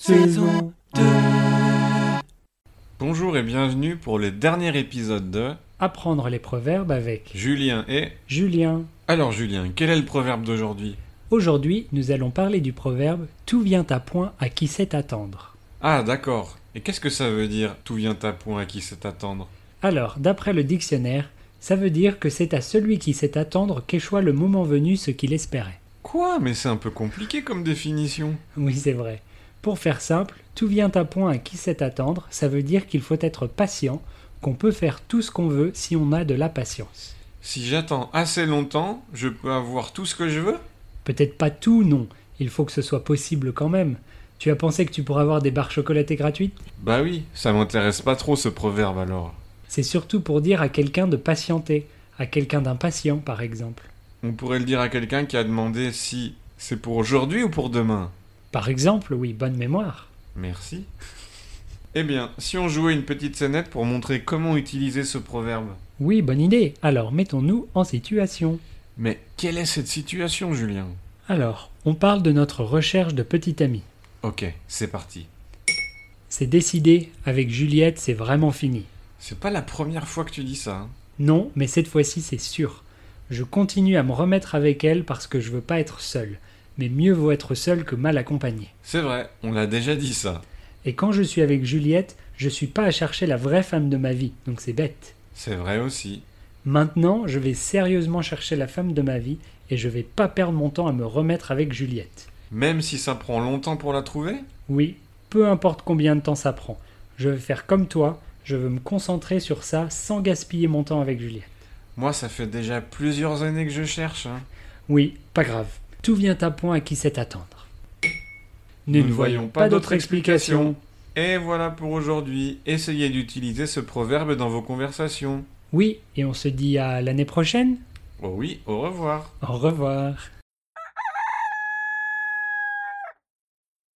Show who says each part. Speaker 1: saison 2.
Speaker 2: Bonjour et bienvenue pour le dernier épisode de
Speaker 1: Apprendre les proverbes avec
Speaker 2: Julien et...
Speaker 1: Julien.
Speaker 2: Alors Julien, quel est le proverbe d'aujourd'hui
Speaker 1: Aujourd'hui, nous allons parler du proverbe Tout vient à point à qui sait attendre.
Speaker 2: Ah d'accord, et qu'est-ce que ça veut dire Tout vient à point à qui sait attendre
Speaker 1: Alors, d'après le dictionnaire, ça veut dire que c'est à celui qui sait attendre qu'échoit le moment venu ce qu'il espérait.
Speaker 2: Quoi Mais c'est un peu compliqué comme définition.
Speaker 1: Oui, c'est vrai. Pour faire simple, tout vient à point à qui sait attendre, ça veut dire qu'il faut être patient, qu'on peut faire tout ce qu'on veut si on a de la patience.
Speaker 2: Si j'attends assez longtemps, je peux avoir tout ce que je veux
Speaker 1: Peut-être pas tout, non, il faut que ce soit possible quand même. Tu as pensé que tu pourrais avoir des barres chocolatées gratuites
Speaker 2: Bah oui, ça m'intéresse pas trop ce proverbe alors.
Speaker 1: C'est surtout pour dire à quelqu'un de patienter, à quelqu'un d'impatient par exemple.
Speaker 2: On pourrait le dire à quelqu'un qui a demandé si c'est pour aujourd'hui ou pour demain.
Speaker 1: Par exemple, oui, bonne mémoire.
Speaker 2: Merci. Eh bien, si on jouait une petite scénette pour montrer comment utiliser ce proverbe.
Speaker 1: Oui, bonne idée. Alors, mettons-nous en situation.
Speaker 2: Mais quelle est cette situation, Julien
Speaker 1: Alors, on parle de notre recherche de petit ami.
Speaker 2: Ok, c'est parti.
Speaker 1: C'est décidé, avec Juliette, c'est vraiment fini.
Speaker 2: C'est pas la première fois que tu dis ça. hein.
Speaker 1: Non, mais cette fois-ci, c'est sûr. Je continue à me remettre avec elle parce que je veux pas être seul. Mais mieux vaut être seul que mal accompagné.
Speaker 2: C'est vrai, on l'a déjà dit ça.
Speaker 1: Et quand je suis avec Juliette, je suis pas à chercher la vraie femme de ma vie, donc c'est bête.
Speaker 2: C'est vrai aussi.
Speaker 1: Maintenant, je vais sérieusement chercher la femme de ma vie et je vais pas perdre mon temps à me remettre avec Juliette.
Speaker 2: Même si ça prend longtemps pour la trouver
Speaker 1: Oui, peu importe combien de temps ça prend, je veux faire comme toi, je veux me concentrer sur ça sans gaspiller mon temps avec Juliette.
Speaker 2: Moi, ça fait déjà plusieurs années que je cherche. hein.
Speaker 1: Oui, pas grave. Tout vient à point à qui sait attendre.
Speaker 2: Nous ne voyons pas d'autre explication. Et voilà pour aujourd'hui. Essayez d'utiliser ce proverbe dans vos conversations.
Speaker 1: Oui, et on se dit à l'année prochaine.
Speaker 2: Oh oui, au revoir.
Speaker 1: Au revoir.